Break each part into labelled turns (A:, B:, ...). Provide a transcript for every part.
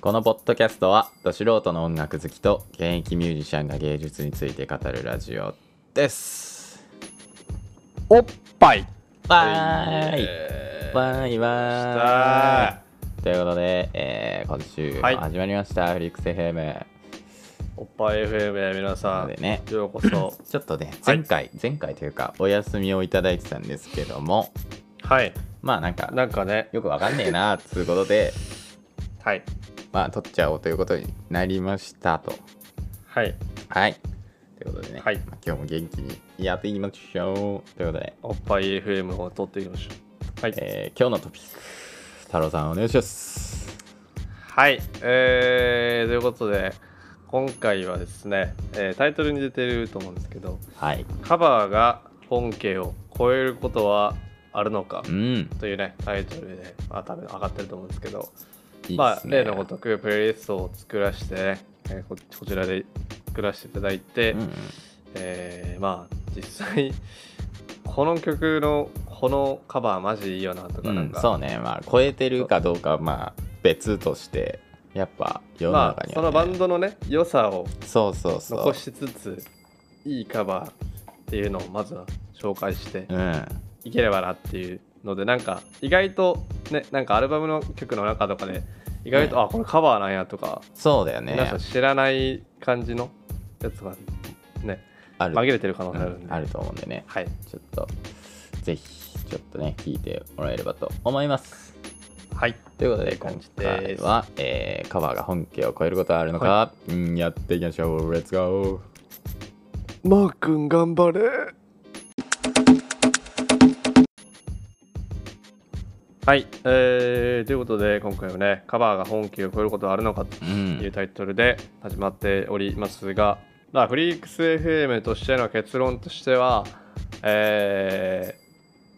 A: このポッドキャストは、ど素人の音楽好きと現役ミュージシャンが芸術について語るラジオです。
B: おっぱい
A: わーい
B: えー
A: わーいわーいということで、えー今週
B: はい
A: も始まりました、フリックス FM。
B: おっぱい FM へ皆
A: な
B: さ
A: のでね、
B: ん、ようこそ。
A: ちょっとね、
B: はい
A: 前回、前回というか、お休みをいただいてたんですけども、
B: はい、
A: まあなんか、
B: なんかね、
A: よくわかんねえなーっつうことで、
B: はい、
A: まあ、取っちゃおうということになりましたと。
B: はい、
A: はい。ということでね、
B: はい
A: まあ今日も元気にやっていきましょう。ということで、
B: おっぱい FM を撮っていきましょう。はい、
A: えー今日のトピック、太郎さんお願いします。
B: はい、えー、ということで、今回はですね、えータイトルに出てると思うんですけど、
A: はい。
B: カバーが本家を超えることはあるのか
A: うん。
B: というね、タイトルで、まあ、多分上がってると思うんですけど、
A: いいで
B: まあ、
A: すね。
B: 例のごとくプレイリストを作らせてね、えーここちらで作らせていただいて、
A: うんうん。
B: えーまあ実際この曲のこのカバーマジいいよなとか
A: う
B: なん
A: ん、
B: か、
A: そうね、まあ、超えてるかどうかは、まあ、別として、やっぱ、世の
B: ま
A: 中
B: あ
A: に
B: そ
A: は、ね
B: のバンドのね良さを
A: そうそうそう。
B: 残しつついいカバーっていうのをまずは紹介して
A: うん。
B: いければなっていうのでなんか意外とねなんかアルバムの曲の中とかで意外と、
A: ね
B: あこれカバーなんやとか、
A: そうだよね
B: 皆。さん知らない感じのやつがね
A: ある
B: 紛れてる可能性あるんで、
A: うんあると思うんでね、
B: はい
A: ちょっと、ぜひ、ちょっとね、聞いてもらえればと思います。
B: はい
A: ということで、
B: って
A: 今
B: 感じ
A: 回
B: です
A: は、えーカバーが本家を超えることはあるのか、うん、やっていきましょう。レッツゴ
B: マー君頑張れはい、えーということで今回はねカバーが本気を超えることはあるのかと
A: ーう。
B: いうんタイトルで始まっておりますが、まあ、フリークス FM としての結論としては、えー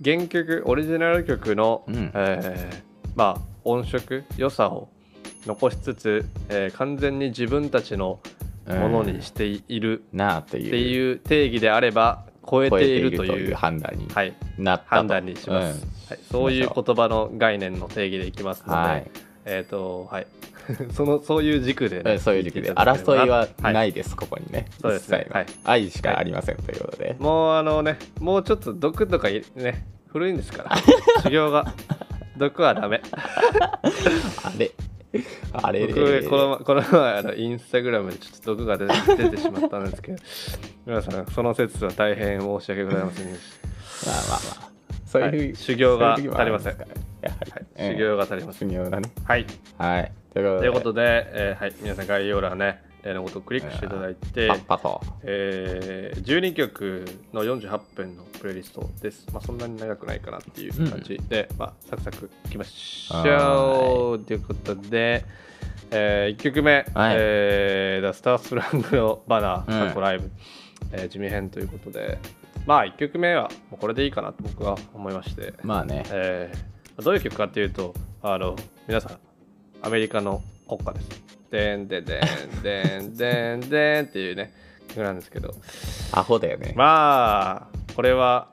B: 原曲オリジナル曲の、
A: うん
B: えーまあ、音色良さを残しつつ、えー完全に自分たちのものにしている
A: なあという。
B: っていう定義であれば超えていると
A: 超えて
B: いう
A: 判断に
B: はい、
A: なったと。
B: 判断にします、
A: うん
B: はい、そういう言葉の概念の定義でいきますので、
A: はい
B: えっ、とはい そのそういう軸で、
A: え
B: ね、
A: ーそういう軸
B: 聞
A: で
B: てただければ、
A: 争いはないいです、ここにね
B: そうですね
A: 一切は
B: はい
A: 愛しかありませんということで、
B: もうあのねもうちょっと毒とかいね古いんで すから修行が毒はダメ
A: あれあれ
B: 僕このこの前あのインスタグラムでちょっと毒が出て出てしまったんですけど皆さんその説は大変申し訳ございませんでし
A: まあまあまあそういうふう、
B: はい修行が
A: そういう時もるですからや
B: た、
A: は
B: はい
A: り、うん
B: 修行が足りません
A: 修行だね
B: はい
A: はいということ
B: と
A: で
B: いうことで、えーはい、皆さん概要欄ね、例のことをクリックしていただいて
A: パ、ッパと
B: えー12曲の48分のプレイリストです。まあ、そんなに長くないかなっていう感じで、まあ、サクサクいきましょう。ということで、え1曲目、
A: はい
B: えー The Star Strong のバナ
A: う
B: ー、
A: ん
B: 過去ライブ、えー地味編ということで、まあ、1曲目はもうこれでいいかなと僕は思いまして、
A: まあね
B: えーどういう曲かっていうとあの皆さんアメリカの国歌です。でんでんでんでんでんでんっていうね曲なんですけど
A: アホだよね、
B: まあこれは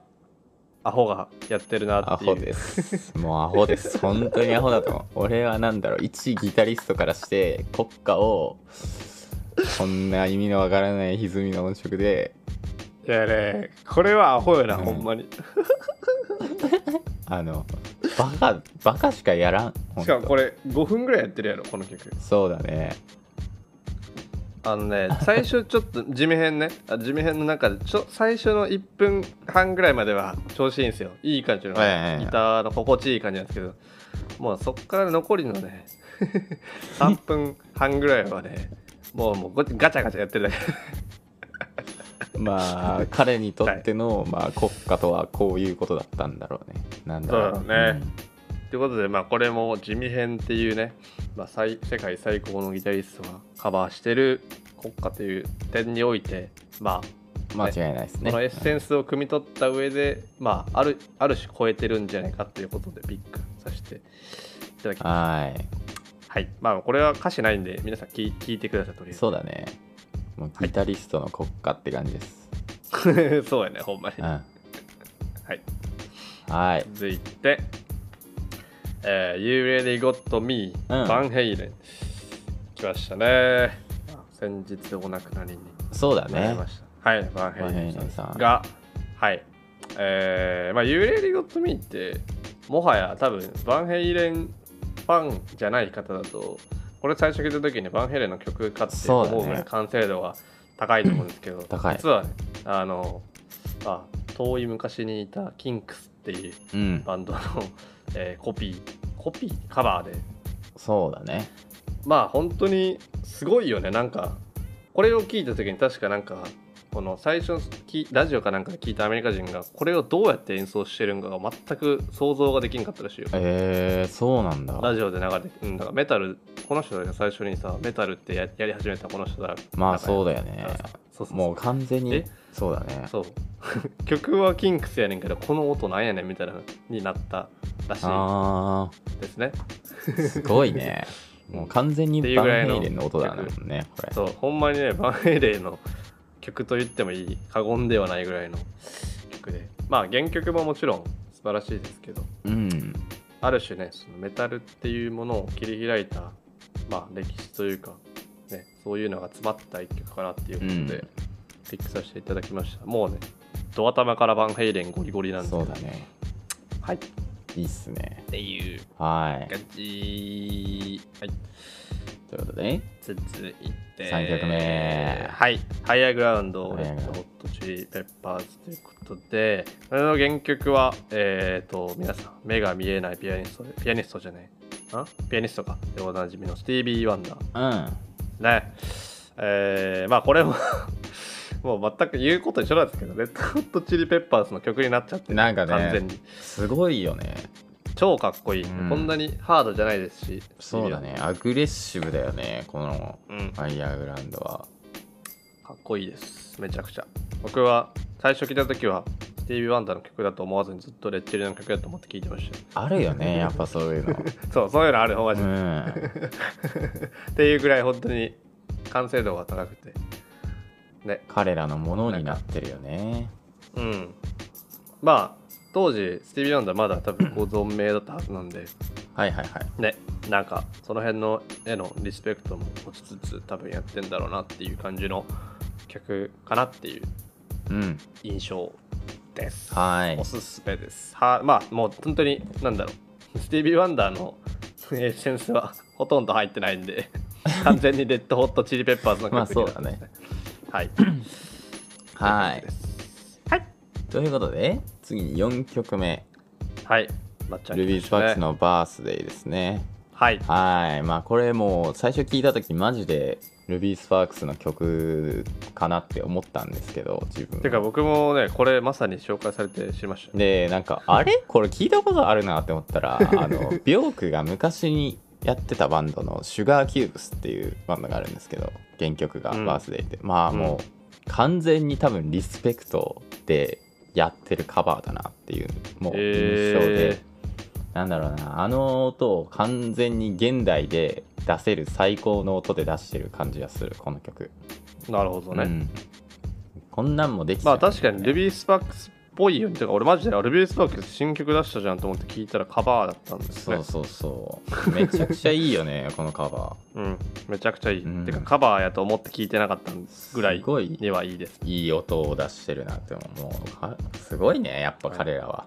B: アホがやってるな
A: ア
B: っていう
A: ホですもうアホです本当にアホだと思う俺はなんだろう一ギタリストからして国歌をこんな意味のわからない歪みの音色で
B: いやねこれはアホよな、
A: うん
B: ほんまに
A: あのバカバカしかやらんほんと
B: しかもこれ5分ぐらいやってるやろこの曲
A: そうだね
B: あのね最初ちょっと地味編ねあ地味編の中でちょ最初の1分半ぐらいまでは調子いいんですよいい感じのギ
A: ええ
B: ターの心地いい感じなんですけどもうそっから残りのね 3分半ぐらいはねもうもうごガチャガチャやってるだけ
A: まあ 彼にとっての、まあ、国家とはこういうことだったんだろうねなんだろう
B: そうだろうねということで、まあ、これも地味編っていうね、まあ、最世界最高のギタリストがカバーしてる国歌という点においてまあ
A: うん間違いないですね
B: このエッセンスを汲み取った上で、まあ、あるある種超えてるんじゃないかっていうことでピックさせていただきま
A: はい
B: す。はい。まあ、これは歌詞ないんで、皆さん聞い聞いてください、とりあえず。
A: そうだねもうギタリストの国家って感じです、
B: そうやね、ほんまに。は
A: はい
B: い、
A: はい、
B: 続いて、えー You Really Got Me、
A: うん
B: バンヘイレン。きましたね。先日お亡くなりに
A: そうだ
B: なり
A: ね
B: ました。はい、バー
A: バ
B: ヘ
A: ヘ
B: イ
A: イ
B: レ
A: レ
B: ン
A: ン
B: さ
A: さ
B: ん
A: ん
B: が、はい。えー、まあ、幽霊リゴットミーって、もはや多分、バンヘイレンファンじゃない方だと、これ最初聞いた時にバンヘイレンの曲かって
A: そうだね
B: 思うぐらい完成度が高いと思うんですけど、
A: 高い
B: 実はね、あの、あ、遠い昔にいたキンクスっていう
A: うん
B: バンドの、えーコピー、コピーカバーで、
A: そうだね
B: まあ本当にすごいよねなんかこれを聞いた時に確かなんかこの最初きラジオかなんかで聞いたアメリカ人がこれをどうやって演奏してるんかが全く想像ができんかったらしいよ
A: えー、そうなんだ
B: ラジオで流れてうんだからメタルこの人が最初にさメタルってややり始めたこの人だ
A: まあそう
B: だ
A: だよね
B: からさそうそうそう
A: もう完全に
B: え
A: そうだね
B: そう曲はキンクスやねんけどこの音なんやねんみたいなになったらしい
A: あ
B: ですね
A: ーすごいねもう完全に
B: っていう
A: バ
B: ぐらい
A: ン
B: の
A: ヘイレンの音だねもんねこれ
B: そうほんまにねバンヘイレイの曲と言ってもいい過言ではないぐらいの曲でまあ原曲ももちろん素晴らしいですけど
A: うん
B: ある種ねそのメタルっていうものを切り開いた、まあ、歴史というか、ね、そういうのが詰まった一曲かなっていうことで、
A: うん
B: ピックさせていただきましたもうねドア玉からバンヘイレンゴリゴリなんで
A: そうだね
B: はいっ
A: いいっすね
B: ていう
A: はい
B: 感じはい
A: ということで
B: 続いて
A: 三曲目
B: はい「ハイアーグラウンド」
A: ハ
B: レ
A: イアーグ
B: ッ
A: ラウンド
B: ドホットチリペッパーズということでこれの原曲はえっ、ー、と皆さん目が見えないピアニストでピアニストじゃないあピアニストかでおなじみのスティービー・ワンダー
A: うん
B: ねえー、まあこれも もう全く言うこと一緒なんですけどレッドホットチリペッパーズの曲になっちゃってる
A: なんかね
B: 完全に
A: すごいよね
B: 超かっこいい、
A: うん
B: こんなにハードじゃないですし
A: そうだねアグレッシブだよねこの
B: うん
A: ファイヤーグラウンドは
B: かっこいいですめちゃくちゃ僕は最初聞いた時はスティービー・ワンダーの曲だと思わずにずっとレッチリの曲だと思って聞いてましたよ
A: あるよ ねやっぱそういうの
B: そうそういうのあるほうが
A: う
B: じ、っ
A: ん
B: ていうぐらい本当に完成度が高くてね
A: 彼らのものになってるよね
B: うんまあ当時スティービー・ワンダーまだ多分ご存命だったはずなんで
A: はいはいはい
B: ねなんかその辺の絵のリスペクトも持ちつつ多分やってんだろうなっていう感じの曲かなっていう
A: うん
B: 印象です
A: はい
B: おすすめです。はまあもう本当に何だろうスティービー・ワンダーのエッセンスはほとんど入ってないんで 完全にレッドホットチリペッパーズの曲
A: まあそうだね
B: はい。
A: はい
B: はい。
A: ということで次に4曲目
B: はい。まっちゃん
A: ルビーズ・パックス
B: の。
A: のバースデーですね。
B: はい。
A: はい。まあこれもう最初聞いた時マジでルビー・スパークスの曲かなって思ったんですけど自分は
B: てか僕もねこれまさに紹介されて知りましたね。
A: でなんかあれこれ聞いたことあるなって思った らあのビョークが昔にやってたバンドのシュガーキューブスっていうバンドがあるんですけど原曲が
B: うん
A: バースデーって、まあ
B: うん
A: もう完全に多分リスペクトでやってるカバーだなっていうもう印象で。
B: え
A: なんだろうなあの音を完全に現代で出せる最高の音で出してる感じがするこの曲、
B: ー、なるほどね。
A: うんこんなんもできちゃ
B: ま
A: う
B: あ
A: んだよ
B: 確かにルビー・スパックスっぽいよね。てか俺マジであルビー・スパックス新曲出したじゃんと思って聞いたらカバーだったんですね。
A: そうそうそうめちゃくちゃいいよねこのカバ
B: うん、めちゃくちゃいい。
A: うん
B: てかカバーやと思って聞いてなかった
A: ー
B: ぐらい
A: すごい
B: にはいいです。
A: いい音を出してるなって思うもうかすごいねやっぱ彼らは、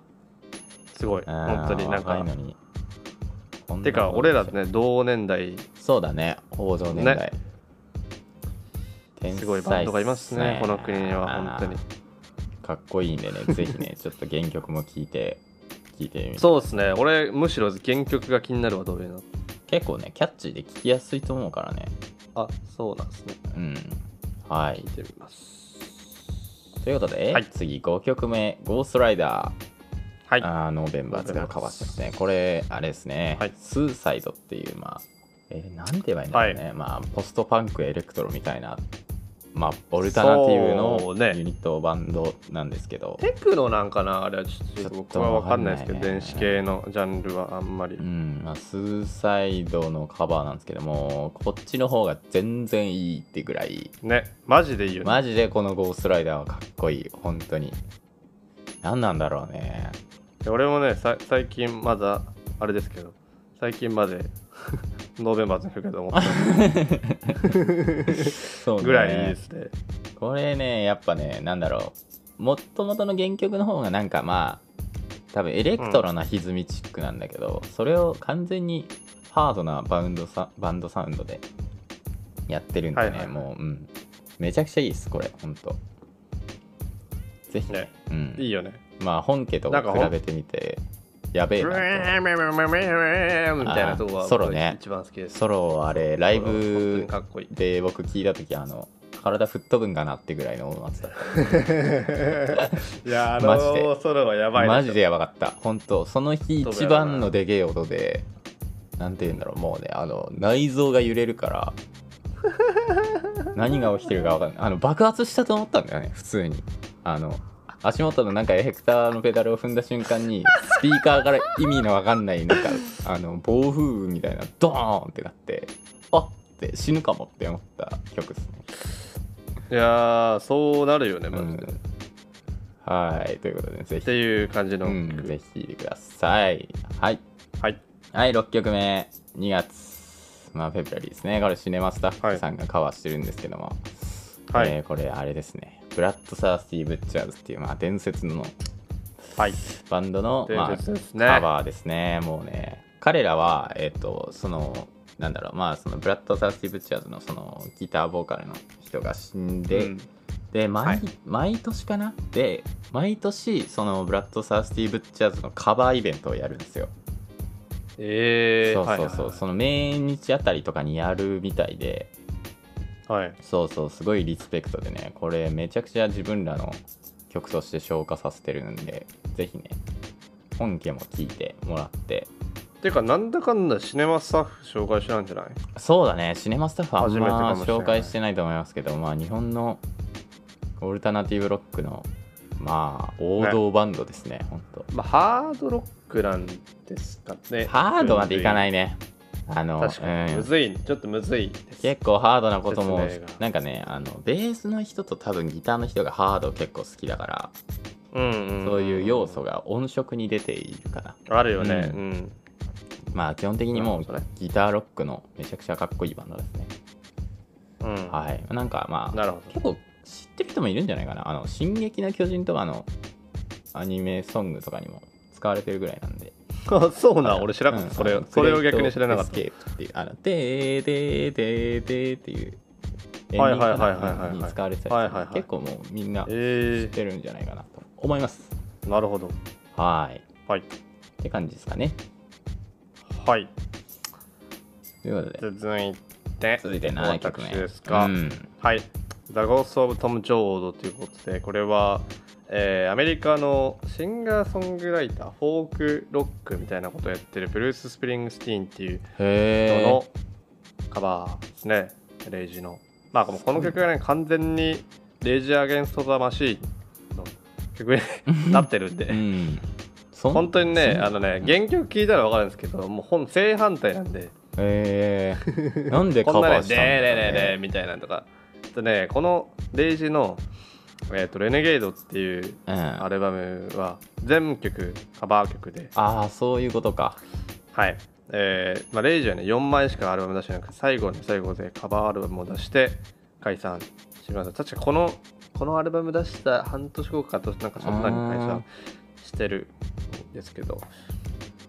B: すごい。
A: あー
B: 本当になん
A: 若いの
B: か。
A: にこんな
B: てか
A: ことで
B: 俺
A: きちゃ
B: ら
A: う
B: ね同年代
A: そうだね王道年代、
B: ね
A: 天才っ
B: すごいバンドがいますねこの国には本当に
A: かっこいいん でね、ぜひね、ちょっと原曲も聴いて、聴いてみて。
B: そうですね俺むしろ原曲が気になるわどういうの
A: 結構ね、キャッチーで聴きやすいと思うからね。
B: あそうなんですね
A: うん。はい
B: 聞い。てみます
A: ということで、
B: はい
A: 次5曲目、ゴーストライダー。
B: はい
A: あーノーベンバーズがカバーしてますね。これ、あれですね、
B: はい
A: スーサイドっていう、まあ、えーなんて言えばいいんだろうね、まあ、ポストパンクエレクトロみたいな、まあ、オルタナティブ
B: そ
A: の
B: うね
A: ユニットバンドなんですけど、
B: テクノなんかなあれはちょっ
A: ちょ
B: と
A: っと
B: 僕は分かんないですけど
A: わかんないね
B: 電子系のジャンルはあんまり、
A: うんまあ、スーサイドのカバーなんですけどもこっちの方が全然いいってぐらい
B: ねマジでいいよね
A: マジでこのゴーストライダーはかっこいい本当に何なんだろうね
B: で俺もねさ最近まだあれですけど最近まで ノーベンバーズの曲だと思った
A: そうね
B: ぐらいいいですね。
A: これねやっぱねなんだろうもともとの原曲の方がなんかまあ多分エレクトロな歪みチックなんだけど、それを完全にハードなバウンドサバンドサウンドでやってるんでね、
B: はいはいはい
A: もう、うん、めちゃくちゃいいですこれほんとぜひね
B: ね
A: うん、
B: いいよね。
A: まあ本家と
B: なんかほん
A: 比べてみてやべえ
B: ブレ
A: な
B: ーメメメメメみたいなとこは
A: あーソロね
B: 僕一番好きで
A: と
B: す。
A: ソロをあれライ
B: 本当に
A: ブ
B: かっ こいい。
A: で僕聞いた時あの体吹っ飛ぶんかなってぐらいの音圧だった
B: いや、あ
A: マジで
B: のソロはやばい
A: マジでやばかった本当その日一番のでけえ音でなんて言うんだろうもうねあの内臓が揺れる から何が起きてるか分かんないあの爆発したと思ったんだよね普通にあの足元のなんかエフェクターのペダルを踏んだ瞬間 にスピーカーから意味の分かんないなんかあの暴風雨みたいなドーンってなってあっって死ぬかもって思った曲ですね
B: いやーそうなるよね、マジで。
A: う
B: っ
A: んはいということでぜひ
B: ていう感じの
A: う
B: 曲。
A: ん、ぜひ聴いてください。はい。
B: はい。
A: はい、6曲目。2月。まあ、フェブラリーですね。これ、シネマスタッフさんがカバーしてるんですけども。
B: はい
A: えーこれ、あれですね。ブラッド・サースティ・ブッチャーズっていう、まあ、伝説の
B: はい。
A: バンドの、まあ、
B: 伝説ですね
A: カバーですね。もうね、彼らは、えっ、と、その、なんだろう、まあ、その、ブラッド・サースティ・ブッチャーズの、その、ギターボーカルの人が死んで、
B: うん
A: で毎,、
B: はい
A: 毎年かなで毎年そのブラッド・サースティー・ブッチャーズのカバーイベントをやるんですよ、
B: えー、
A: そうそうそう、その命日あたりとかにやるみたいで
B: はいはいはい。はい
A: そうそうすごいリスペクトでねこれめちゃくちゃ自分らの曲として消化させてるんでぜひね本家も聴いてもらって
B: てか、なんだかんだシネマスタッフ紹介しないんじゃない
A: そうだねシネマスタッフはあん
B: 初めてか
A: ま
B: もしれない
A: 紹介してないと思いますけどまあ日本のオルタナティブロックのまあ王道バンドですね、ほんと
B: まあ、ハードロックなんですかね。。
A: ハードまでいかないいね。あの、
B: 確かに。
A: う
B: む
A: ん
B: ずい、ちょっとむずいです。
A: 結構ハードなことも
B: 説明が、
A: なんかね、あの、ベースの人と多分ギターの人がハード結構好きだから、
B: うんん
A: そういう要素が音色に出ているかな。
B: あるよね、
A: う
B: うん
A: まあ、基本的にもう
B: そうね
A: ギターロックのめちゃくちゃかっこいいバンドですね。
B: うん
A: はい。なんかまあ、
B: なるほ
A: 結構知ってる人もいるんじゃないかな。あの、進撃の巨人とかのアニメソングとかにも使われてるぐらいなんで。
B: どあそうな
A: うん
B: 俺知らなかった、それ
A: あ
B: を
A: の
B: それを逆に知らなかっ
A: ス
B: た
A: ケープっていう、あの、でーでーでーでーっていう、
B: はいはいはいはいはいはい
A: エンディングかなに使われてたりするんで
B: はいはいはい
A: 結構もうみんな知
B: え
A: ってるんじゃないかなと思います。
B: ー、なるほど
A: はい。
B: はい
A: って感じですかね。
B: はい
A: ということで、
B: 続いて
A: 続いて7曲目。
B: 私ですか、
A: うん。
B: はい「The Ghost of Tom Joad」ということでこれは、えーアメリカのシンガーソングライターフォークロックみたいなことをやってるブルース・スプリングスティーンっていう人
A: へ
B: のカバーですね、レイジの。まあ、このこの曲がね、完全にレイジ・アゲンスト・ザ・マシーンの曲に なってるん
A: え。う
B: で、
A: ん。そん
B: 本当にね、
A: そん
B: あのね、原曲聞いたら分かるんですけど、もう本正反対なんで、
A: へえ。なんでカ
B: こんな
A: バ
B: ね、
A: ーし
B: で
A: たん
B: ー
A: だ
B: れ
A: ろ
B: れ
A: う
B: れ
A: ね
B: みたいなのとか、あとね、このレイジの、えー、とレネゲードっていう
A: うん。
B: ア
A: あ
B: ルバムは、全曲カバー曲で、
A: あー、そういうことか。
B: はい。えーまあ、レイジはね、4枚しかアルバム出してなくて、最後の最後でカバーアルバムを出して、解散しました。確かこの、このアルバム出した半年後かと、なんかそんなに解散してるんですけど、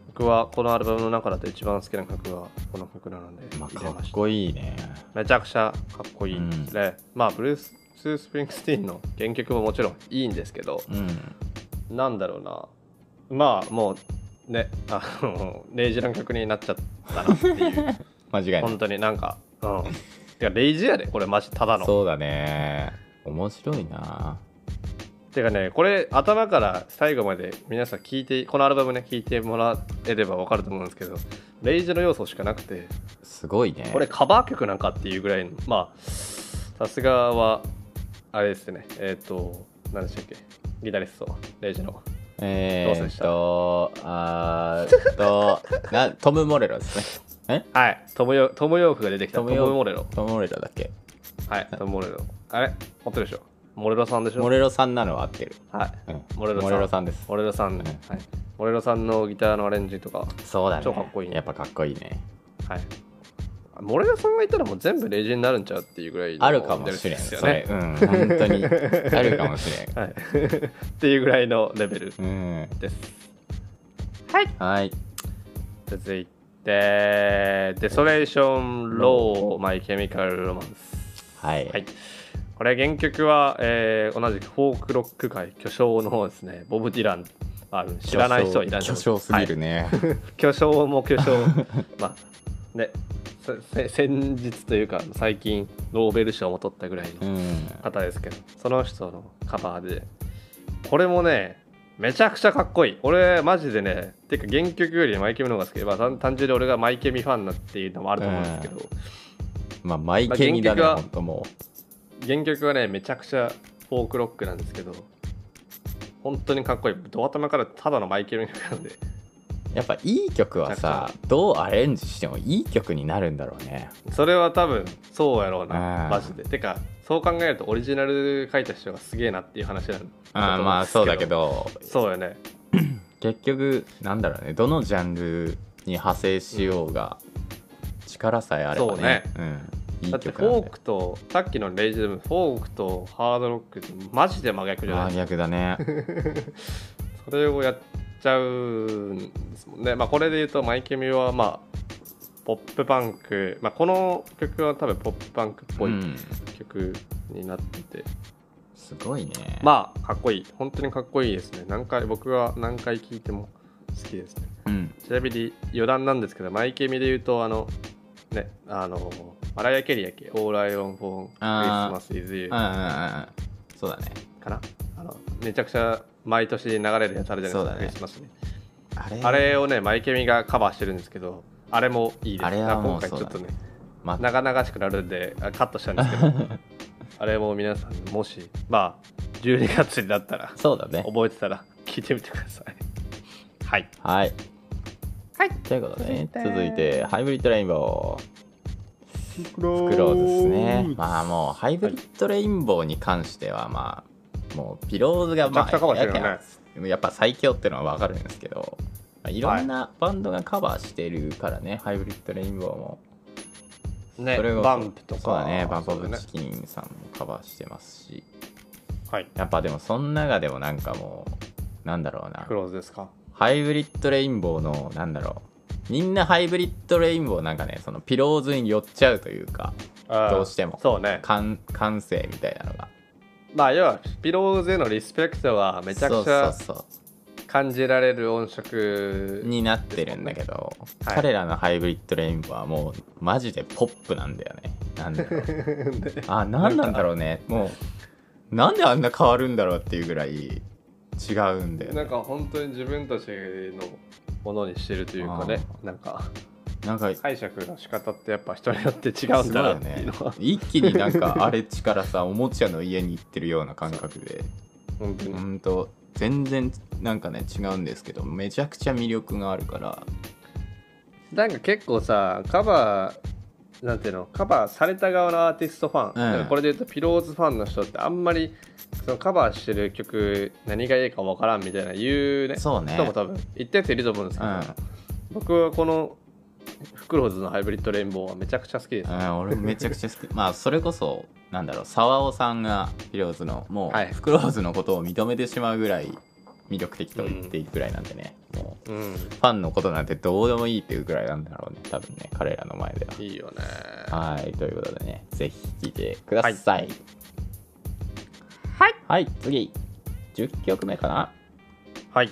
B: 僕はこのアルバムの中だと一番好きな曲はこの曲なので、
A: まあ、
B: 入れ
A: か
B: ま
A: っ
B: した
A: こいいね。
B: めちゃくちゃかっこいいですね。まあ、ブルース・ススプリングスティーンの原曲ももちろんいいんですけど、
A: うん。
B: なんだろうなまあもうねあのレイジの曲になっちゃったなって いう
A: 間違いない。
B: 本当になんかうんてかレイジやでこれマジただの
A: そうだね面白いな
B: てかねこれ頭から最後まで皆さん聞いてこのアルバムね聞いてもらえれば分かると思うんですけどレイジの要素しかなくて
A: すごいね
B: これカバー曲なんかっていうぐらいのまあさすがはあれですねえっ、と何でしたっけギタリストレイジの
A: え
B: どうせで
A: ー、っ
B: した
A: とあーっとなトム・モレロですねえ
B: はいトムヨトムヨークが出てきた
A: ト
B: ト
A: ム
B: ム
A: ヨーク
B: モレロ
A: トム・モレロだっけ
B: はい、モレロ。あれ持ってるでしょモレロさんでしょ
A: モレロさんなのは合ってる、
B: はい。
A: うん、
B: モレロさん
A: モレロさんです
B: モレロさん、ね
A: うん
B: はい。モレロさんのギターのアレンジとか、
A: そうだね
B: 超かっこいいね
A: やっぱかっこいいね
B: はい。モレラさんがいたらもう全部レジになるんちゃうっていうぐらいの
A: あるかもしれん、
B: レベルですよ
A: それ
B: ね。
A: うん本当に あるかもしれん
B: はい っていうぐらいのレベル
A: うん
B: です。はい。
A: はい
B: 続いて、デソレーション・ロー・マイ・ケミカル・ロマンス。
A: はい、
B: はい。これ原曲は、えー同じくフォークロック界巨匠の方ですね、ボブ・ディラン。あの知らない人はいらっしゃ
A: 巨匠
B: る。
A: すぎるね、
B: 巨匠も巨匠 まあねせせ先日というか最近ノーベル賞も取ったぐらいの
A: うん
B: 方ですけどその人のカバーでこれもねめちゃくちゃかっこいい俺マジでねてか原曲よりマイケミの方が好きで、まあ、単単純に俺がマイケミファンなっていうのもあると思うんですけど、
A: まあマイケミだね、
B: まあ
A: ほ
B: 原曲は
A: んとも
B: 原曲はねめちゃくちゃフォークロックなんですけど本当にかっこいいドア頭からただのマイケルミなんで
A: うやっぱいい曲はさどうアレンジしてもいい曲になるんだろうね
B: それは多分そうやろう
A: う
B: なんマジでてかそう考えるとオリジナル書いた人がすげえなっていう話なんだと思うんです
A: あーまあそうだけど
B: そうよね
A: 結局なんだろうねどのジャンルに派生しようが、力さえあればねうん、いい
B: だって
A: 曲
B: フ
A: なんだ
B: ォー
A: よ
B: クとさっきのレイジズムフォークとハードロックってマジで真逆じゃない
A: 真逆だね
B: それをやっちゃうんですもんねまあこれで言うとマイケミはまあポップパンク、まあ、この曲は多分ポップパンクっぽ
A: う
B: い
A: ん、
B: 曲になってて、
A: すごいねあ
B: まあかっこいい本当にかっこいいですね何回僕は何回聴いても好きですね
A: うん
B: ちなみに余談なんですけど、マイケミで言うと、あの、ね、あの、マライア・ケリーやっけ、オーライオン・フォン・クリス
A: あー
B: マス・イズ・ユ
A: うんうんう
B: ー
A: んそうだね
B: かなあの、めちゃくちゃ毎年流れるやつあるじゃないですか、
A: そうだね
B: クリスマスに。
A: あれ
B: あれをね、マイケミがカバーしてるんですけど、あれもいいです。
A: あれはもう
B: 今回ちょっとね、
A: また
B: 長々しくなるんで、あカットしたんですけ ど、あれも皆さん、もし、まあ、12月になったら、
A: そうだね
B: 覚えてたら、聞いてみてください。はい。
A: はい
B: はい。
A: ということでね
B: 続いて
A: 続いてハイブリッドレインボーフクローズですね。まあもうハイブリッドレインボーに関してはまあもうピローズがま
B: め
A: あ
B: ちゃくちゃかもしれないね
A: やけややっぱ最強っていうのは分かるんですけど、まあいろんなバンドがカバーしてるからね、ハイブリッドレインボーも。
B: ね
A: それこそ
B: バンプとか。
A: そうだねバンプ・オ
B: そうだ
A: ブ・
B: ね
A: チキンさんもカバーしてますし
B: はい。
A: やっぱでもその中でもなんかもうなんだろうな
B: クローズですか。
A: ハイブリッドレインボーのなんだろうみんなハイブリッドレインボーなんかねそのピローズに寄っちゃうというかどうしても
B: そうね。
A: 感感性みたいなのが
B: まあ、要は、ピローズへのリスペクトはめちゃくちゃ
A: そうそうそ
B: 感じられる音
A: う
B: 色。
A: になってるんだけど、
B: はい
A: 彼らのハイブリッドレインボーはもうマジでポップなんだよねなんだろ うあ何なんだろうねもうなんであんな変わるんだろうっていうぐらい違うんだよね
B: なんか本当に自分たちのものにしてるというかね、なんか
A: なんか
B: 解釈の仕方ってやっぱ人によって違うんだなっていうの
A: すごいよ
B: は
A: ね、一気になんかあれ地からさ おもちゃの家に行ってるような感覚で
B: 本当に
A: ほんと全然なんかね違うんですけどめちゃくちゃ魅力があるから
B: なんか結構さカバーなんていうのカバーされた側のアーティストファン、だからこれで言うとピローズファンの人ってあんまりそのカバーしてる曲何がいいかわからんみたいな言うね
A: そうね
B: 人も多分一定数いると思うんです
A: う
B: けど、
A: ん
B: 僕はこのフクローズのハイブリッドレインボーはめちゃくちゃ好きです、
A: うん、俺もめちゃくちゃ好き まあそれこそなんだろう沢尾さんがフィローズのも
B: はいう
A: フクローズのことを認めてしまうぐらい魅力的と言っていいくらいなんでね、もう
B: うん
A: ファンのことなんてどうでもいいっていうぐらいなんだろうね多分ね彼らの前で
B: いいよね
A: ははいということでねぜひ聴いてくださいはい、はい、次10曲目かな
B: はい、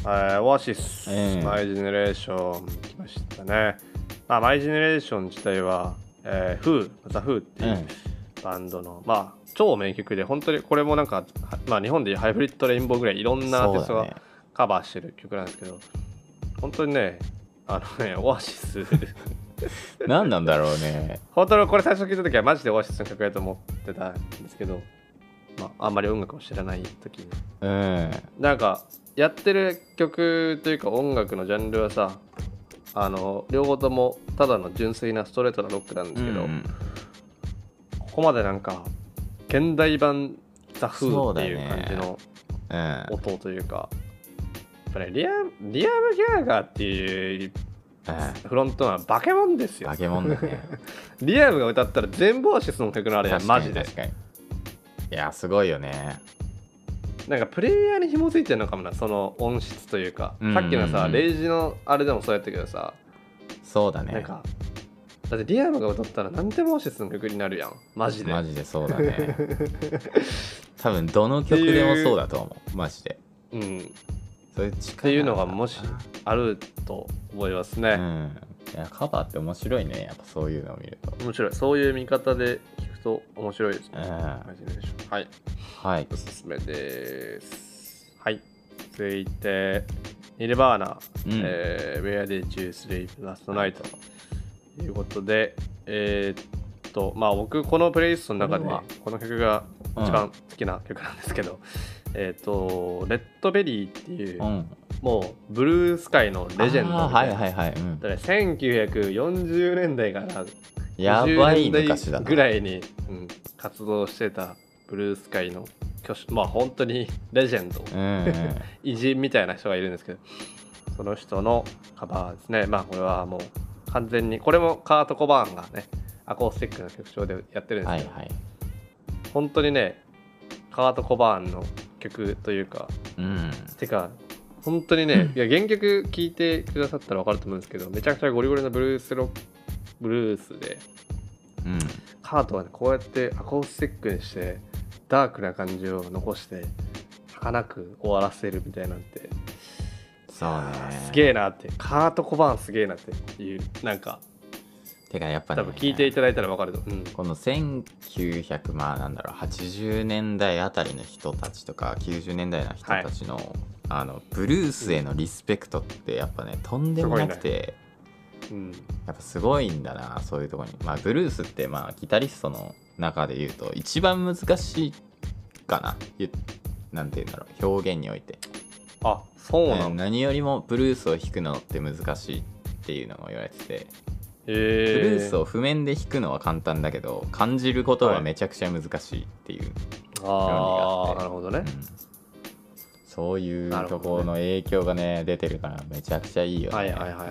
B: えーオアシス、
A: ええ
B: マイジェネレーション来ましたね、まあ、マイジェネレーション自体は、えー、フーザ・フーっていう、
A: うん
B: バンドの、まあ、超名曲で、本当にこれもなんか、はまあ、日本でいうハイブリッドレインボーぐらいいろんなアーティス
A: そ
B: ト
A: うだ
B: が
A: ね
B: カバーしてる曲なんですけど、本当にね、あのね、オアシス、
A: 何なんだろうね
B: 本当にこれ最初聞いた時はマジでオアシスの曲やと思ってたんですけど、まあ、あんまり音楽を知らない時に。
A: うん
B: なんか、やってる曲というか音楽のジャンルはさ、あの、両方ともただの純粋なストレートなロックなんですけど、
A: うん
B: ここまでなんか、現代版ザ・フ
A: そう
B: ーっ
A: だ
B: てい
A: ね
B: う感じの
A: うん
B: 音というか、やっぱね、リアリアム・ギャラガーっていう
A: え
B: フロントマンバケモンです
A: え
B: よ
A: 化け物だね
B: リアムが歌ったら全部オアシスの曲のあれや
A: 確
B: マ
A: か
B: ジ
A: に
B: で
A: 確かにいやすごいよね
B: なんかプレイヤーに紐付いてるのかもなその音質というか、
A: うん
B: さっき
A: う
B: の
A: ん
B: さ
A: うん
B: レイジのあれでもそうやったけどさ、
A: そうだね
B: なんかだってリアムが歌ったら何でもオアシスの曲になるやんマジで
A: マジでそうだね多分どの曲でもそうだと思うマジで
B: うん
A: それ力
B: っていうのがもしあると思います
A: う
B: ね、
A: んいやカバーって面白いねやっぱそういうのを見ると
B: 面白いそういう見方で聞くと面白いです
A: うん
B: ね、マジでしょはい
A: はい
B: おすすめですはい続いてニルバーナ、
A: うん
B: えー、Where did you sleep last night? ということでえーっとまあ僕このプレイリストの中で
A: これは
B: この曲が
A: うん
B: 一番好きな曲なんですけど、えーっとレッドベリーっていう、
A: うん
B: もうブルースカイのレジェンドみ
A: あー
B: た
A: はいい
B: な
A: はいはい、うん、
B: だから1940年代から
A: やばい
B: 20年
A: 昔だな
B: 代ぐらいに、うん活動してたブルースカイの巨匠まあ本当にレジェンド、
A: うんうん
B: 偉人みたいな人がいるんですけどその人のカバーですねまあこれはもう完全にこれもカート・コバーンがねアコースティックの曲調でやってるんです
A: は
B: け
A: い
B: ど、
A: はい。
B: 本当にねカート・コバーンの曲というか
A: うん。
B: てか本当にね、いや原曲聴いてくださったら分かると思うんですけどめちゃくちゃゴリゴリのブルースロブルースで
A: うん。
B: カートはねこうやってアコースティックにしてダークな感じを残して儚く終わらせるみたいなんて
A: そうね
B: あー。すげえなってカート・コバーンすげえなっていうなんか
A: てかやっぱ
B: 多
A: ね、
B: 分聞いていただいたら分かると、うん、
A: この1900まあなんだろう80年代あたりの人たちとか90年代の人たちの、あのブルースへのリスペクトってやっぱねとんでもなくて、
B: うん、
A: やっぱすごいんだなそういうところに。まあブルースってまあギタリストの中で言うと一番難しいかな。ゆなんて言うんだろう表現において。
B: あそう
A: え
B: な
A: ー
B: んだ
A: 何よりもブルースを弾くのって難しいっていうのも言われてて。
B: え
A: ブルース
B: ー、
A: を譜面で弾くのは簡単だけど感じることはめちゃくちゃ難しいっていう、
B: ああなるほどね、
A: うんそういう
B: なるほど
A: と
B: ね
A: ころの影響がね出てるからめちゃくちゃいいよね
B: はいはいはいはい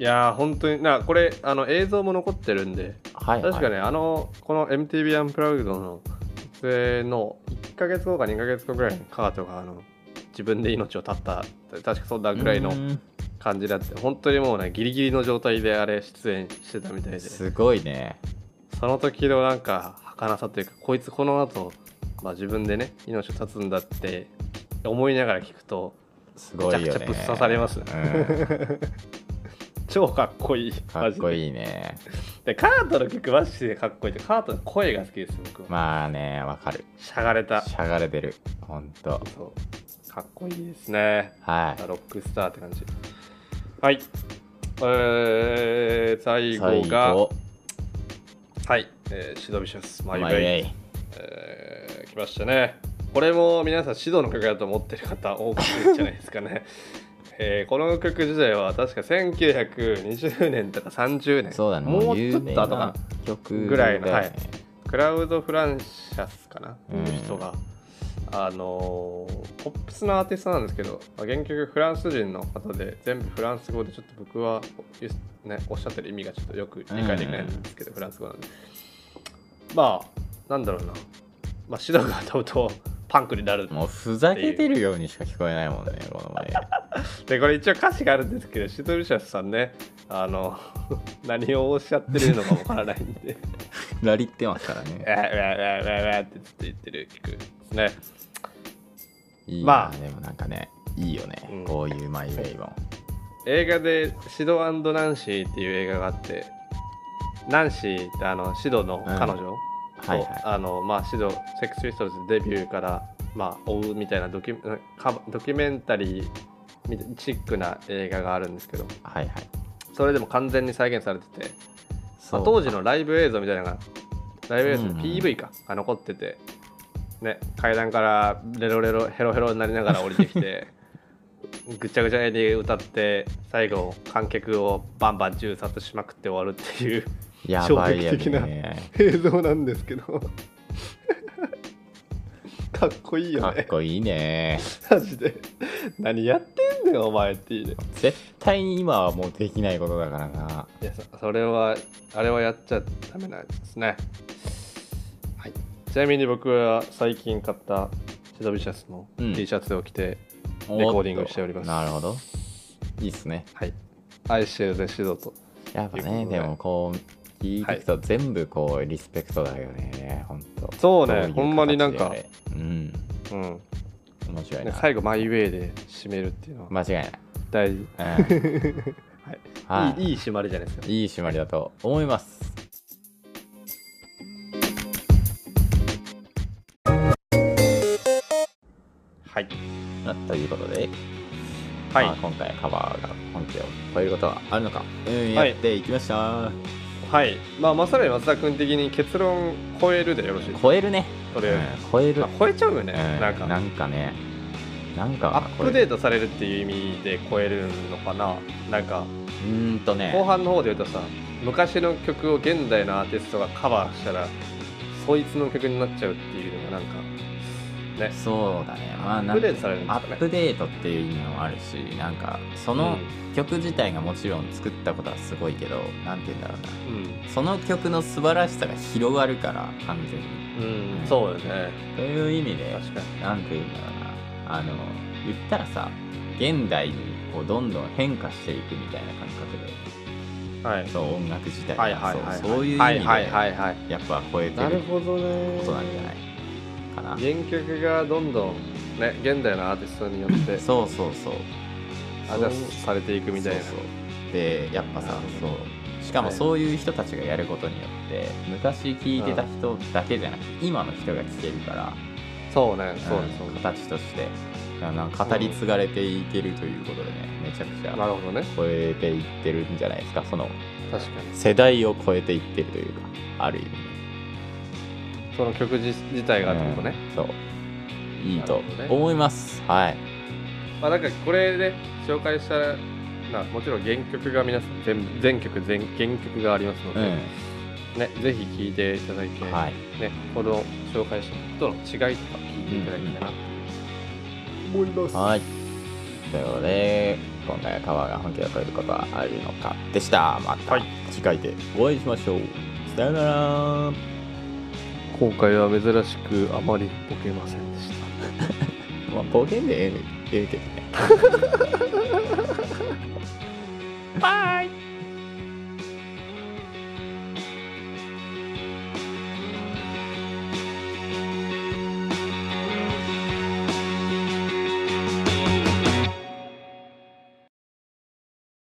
B: いやー本当になこれあの映像も残ってるんで
A: はいはい
B: 確かね、あのこの MTV アンプラグドの撮影の1ヶ月後か2ヶ月後ぐらいにカートがあの自分で命を絶った確かそんなぐらいの
A: うん
B: 感じだって本当にもうねギリギリの状態であれ出演してたみたいです
A: ごいね
B: その時のなんか儚さというかこいつこの後、まあ自分でね命を絶つんだって思いながら聞くと
A: すごいよね
B: めちゃくちゃぶっ刺されます ね
A: うん
B: 超かっこいい
A: かっこ
B: マジ
A: いいね
B: ででカートの曲マジでかっこいいってカートの声が好きです僕は、
A: まあねわかる
B: しゃがれた
A: しゃがれてるほんと
B: そうかっこいいですね
A: はい
B: ロックスターって感じはいえー、最後がはい、えーシドビシャスマイウ
A: マイウ
B: ェイ
A: ェイ
B: えー来ましたねこれも皆さんシドの曲だと思ってる方多くいるんじゃないですかね えーこの曲自体は確か1920年とか30年
A: そうだね
B: もうち
A: 有
B: ょっ
A: 名
B: と後か
A: な
B: な
A: 曲
B: ぐらいの
A: だよね
B: クラウド・フランシャスかな、
A: うん
B: 人が、あのーポップスのアーティストなんですけど、まあ原曲フランス人の方で、全部フランス語で、ちょっと僕は、ゆね、おっしゃってる意味がちょっとよく理解できないんですけど、フランス語なんで。まあ、なんだろうな、まあ、シドが歌うとパンクになる。
A: もうふざけてるようにしか聞こえないもんねこの前
B: で、これ一応歌詞があるんですけど、シドルシャスさんね、あの、 何をおっしゃってるのかわからないん で。
A: ラリってますから
B: うわ
A: ね。
B: うわうわうわうわってずっと言ってる曲ですね。
A: いいな
B: まあ
A: でもなんかね、いいよね、
B: うん
A: こういうマイウェイも。
B: 映画で「シドナンシー」っていう映画があってナンシーってあのシドの彼女を、
A: はいは
B: あのまあ、シドセックスピストルズデビューから、まあ、追うみたいなドキュカバドキュメンタリーみたいチックな映画があるんですけど
A: い。はいはい。
B: それでも完全に再現されてて、ま
A: そ
B: あ、
A: う
B: 当時のライブ映像みたいなのがライブ映像
A: うんう
B: の
A: ん
B: PV か、が残ってて、ね、階段からレロレロヘロヘロになりながら降りてき てぐちゃぐちゃに歌って最後観客をバンバン銃殺しまくって終わるっていう
A: やばいや
B: 衝撃的な
A: ね。
B: 映像なんです けどかっこいいよ
A: かっ
B: ね
A: こいいね。
B: マジで何やってんんだよ、お前っていうね。
A: 絶対に今はもうできないことだからない
B: や、そそれは、あれはやっちゃダメなやつですね。はい。ちなみに僕は最近買ったシドビシャスの
A: うん
B: T シャツを着て、レコーディングしております
A: っとなるほどいいっすね
B: はい。愛してるぜ、シドと。
A: やっぱ
B: という
A: ね
B: ことで
A: でもこう聞いていくと全部こうリスペクトだよね本当
B: そうね
A: どい形
B: ほんまになん
A: で
B: か
A: あれうん
B: うん。
A: 面白い
B: で
A: な
B: 最後、マイウェイで締めるっていうのは
A: 間違いない
B: 大事。
A: うん
B: は
A: はい
B: 、いいい締まりじゃないですか。
A: いい締まりだと思います。
B: はい。
A: あということで、
B: はい
A: まあ、。今回カバーが本家を超えることはあるのか、うん、
B: はい
A: やっていきました、
B: はい。まあ、まさに松田君的に結論超えるでよろしいですか。
A: 超えるね、
B: と
A: う
B: り
A: ん
B: あえ、
A: 超え
B: ず。
A: る
B: あ、超えちゃうよね。
A: うん
B: なんか。
A: なんかねなんか
B: アップデー
A: ー
B: トされるっていう意味で超えるのかななんか
A: うーんとね
B: 後半の方で言うとさ昔の曲を現代のアーティストがカバーしたらそいつの曲になっちゃうっていうのがなんかね
A: そうだねまあ
B: ア
A: な
B: ッ
A: んか
B: プデートされるんで
A: ア
B: すかね
A: ップデートっていう意味もあるしなんかその曲自体がもちろん作ったことはすごいけどなんて言うんだろうな
B: うん、
A: その曲の素晴らしさが広がるから完全に
B: うん
A: うん
B: そうよね
A: という意味で
B: 確かに
A: なんて言うんだろうなあの言ったらさ現代にこうどんどん変化していくみたいな感覚で
B: はい
A: そう音楽自体
B: はいはい
A: が
B: はい
A: そうそういう意
B: は
A: 味
B: い
A: で
B: はいはいはい
A: やっぱ超えて
B: なる
A: る
B: ほどね
A: ことなんじゃないかな
B: 原曲がどんどんね現代のアーティストによって
A: そうそうそう
B: アジャストされていくみたいな
A: そうそうでやっぱさそうしかも
B: はい
A: そういう人たちがやることによって昔聞いてた人だけじゃなくて今の人が聞けるから
B: そうねそうねそう
A: うん
B: ね
A: 形としてなんか語り継がれていけるということでねめちゃくちゃ
B: なるほどね
A: 超えていってるんじゃないですかその
B: 確かに
A: 世代を超えていってるというかある意味
B: その曲自自体がってことね、
A: うんそういいと
B: なるほどね
A: 思います、はい
B: まあなんかこれね紹介したらなもちろん原曲が皆さん全全曲全原曲がありますの
A: う
B: で、
A: ん
B: ねぜひ聴いていただいて、
A: はい
B: ねこの紹介したのとの違いとか聞いていただきたいなと思います、
A: はいということで今回は川が本気を超えることはあるのかでしたまた
B: はい
A: 次回でお会いしましょうさよなら
B: 今回は珍しくあまりボケませんでした
A: まあ、冒険でええええけどね。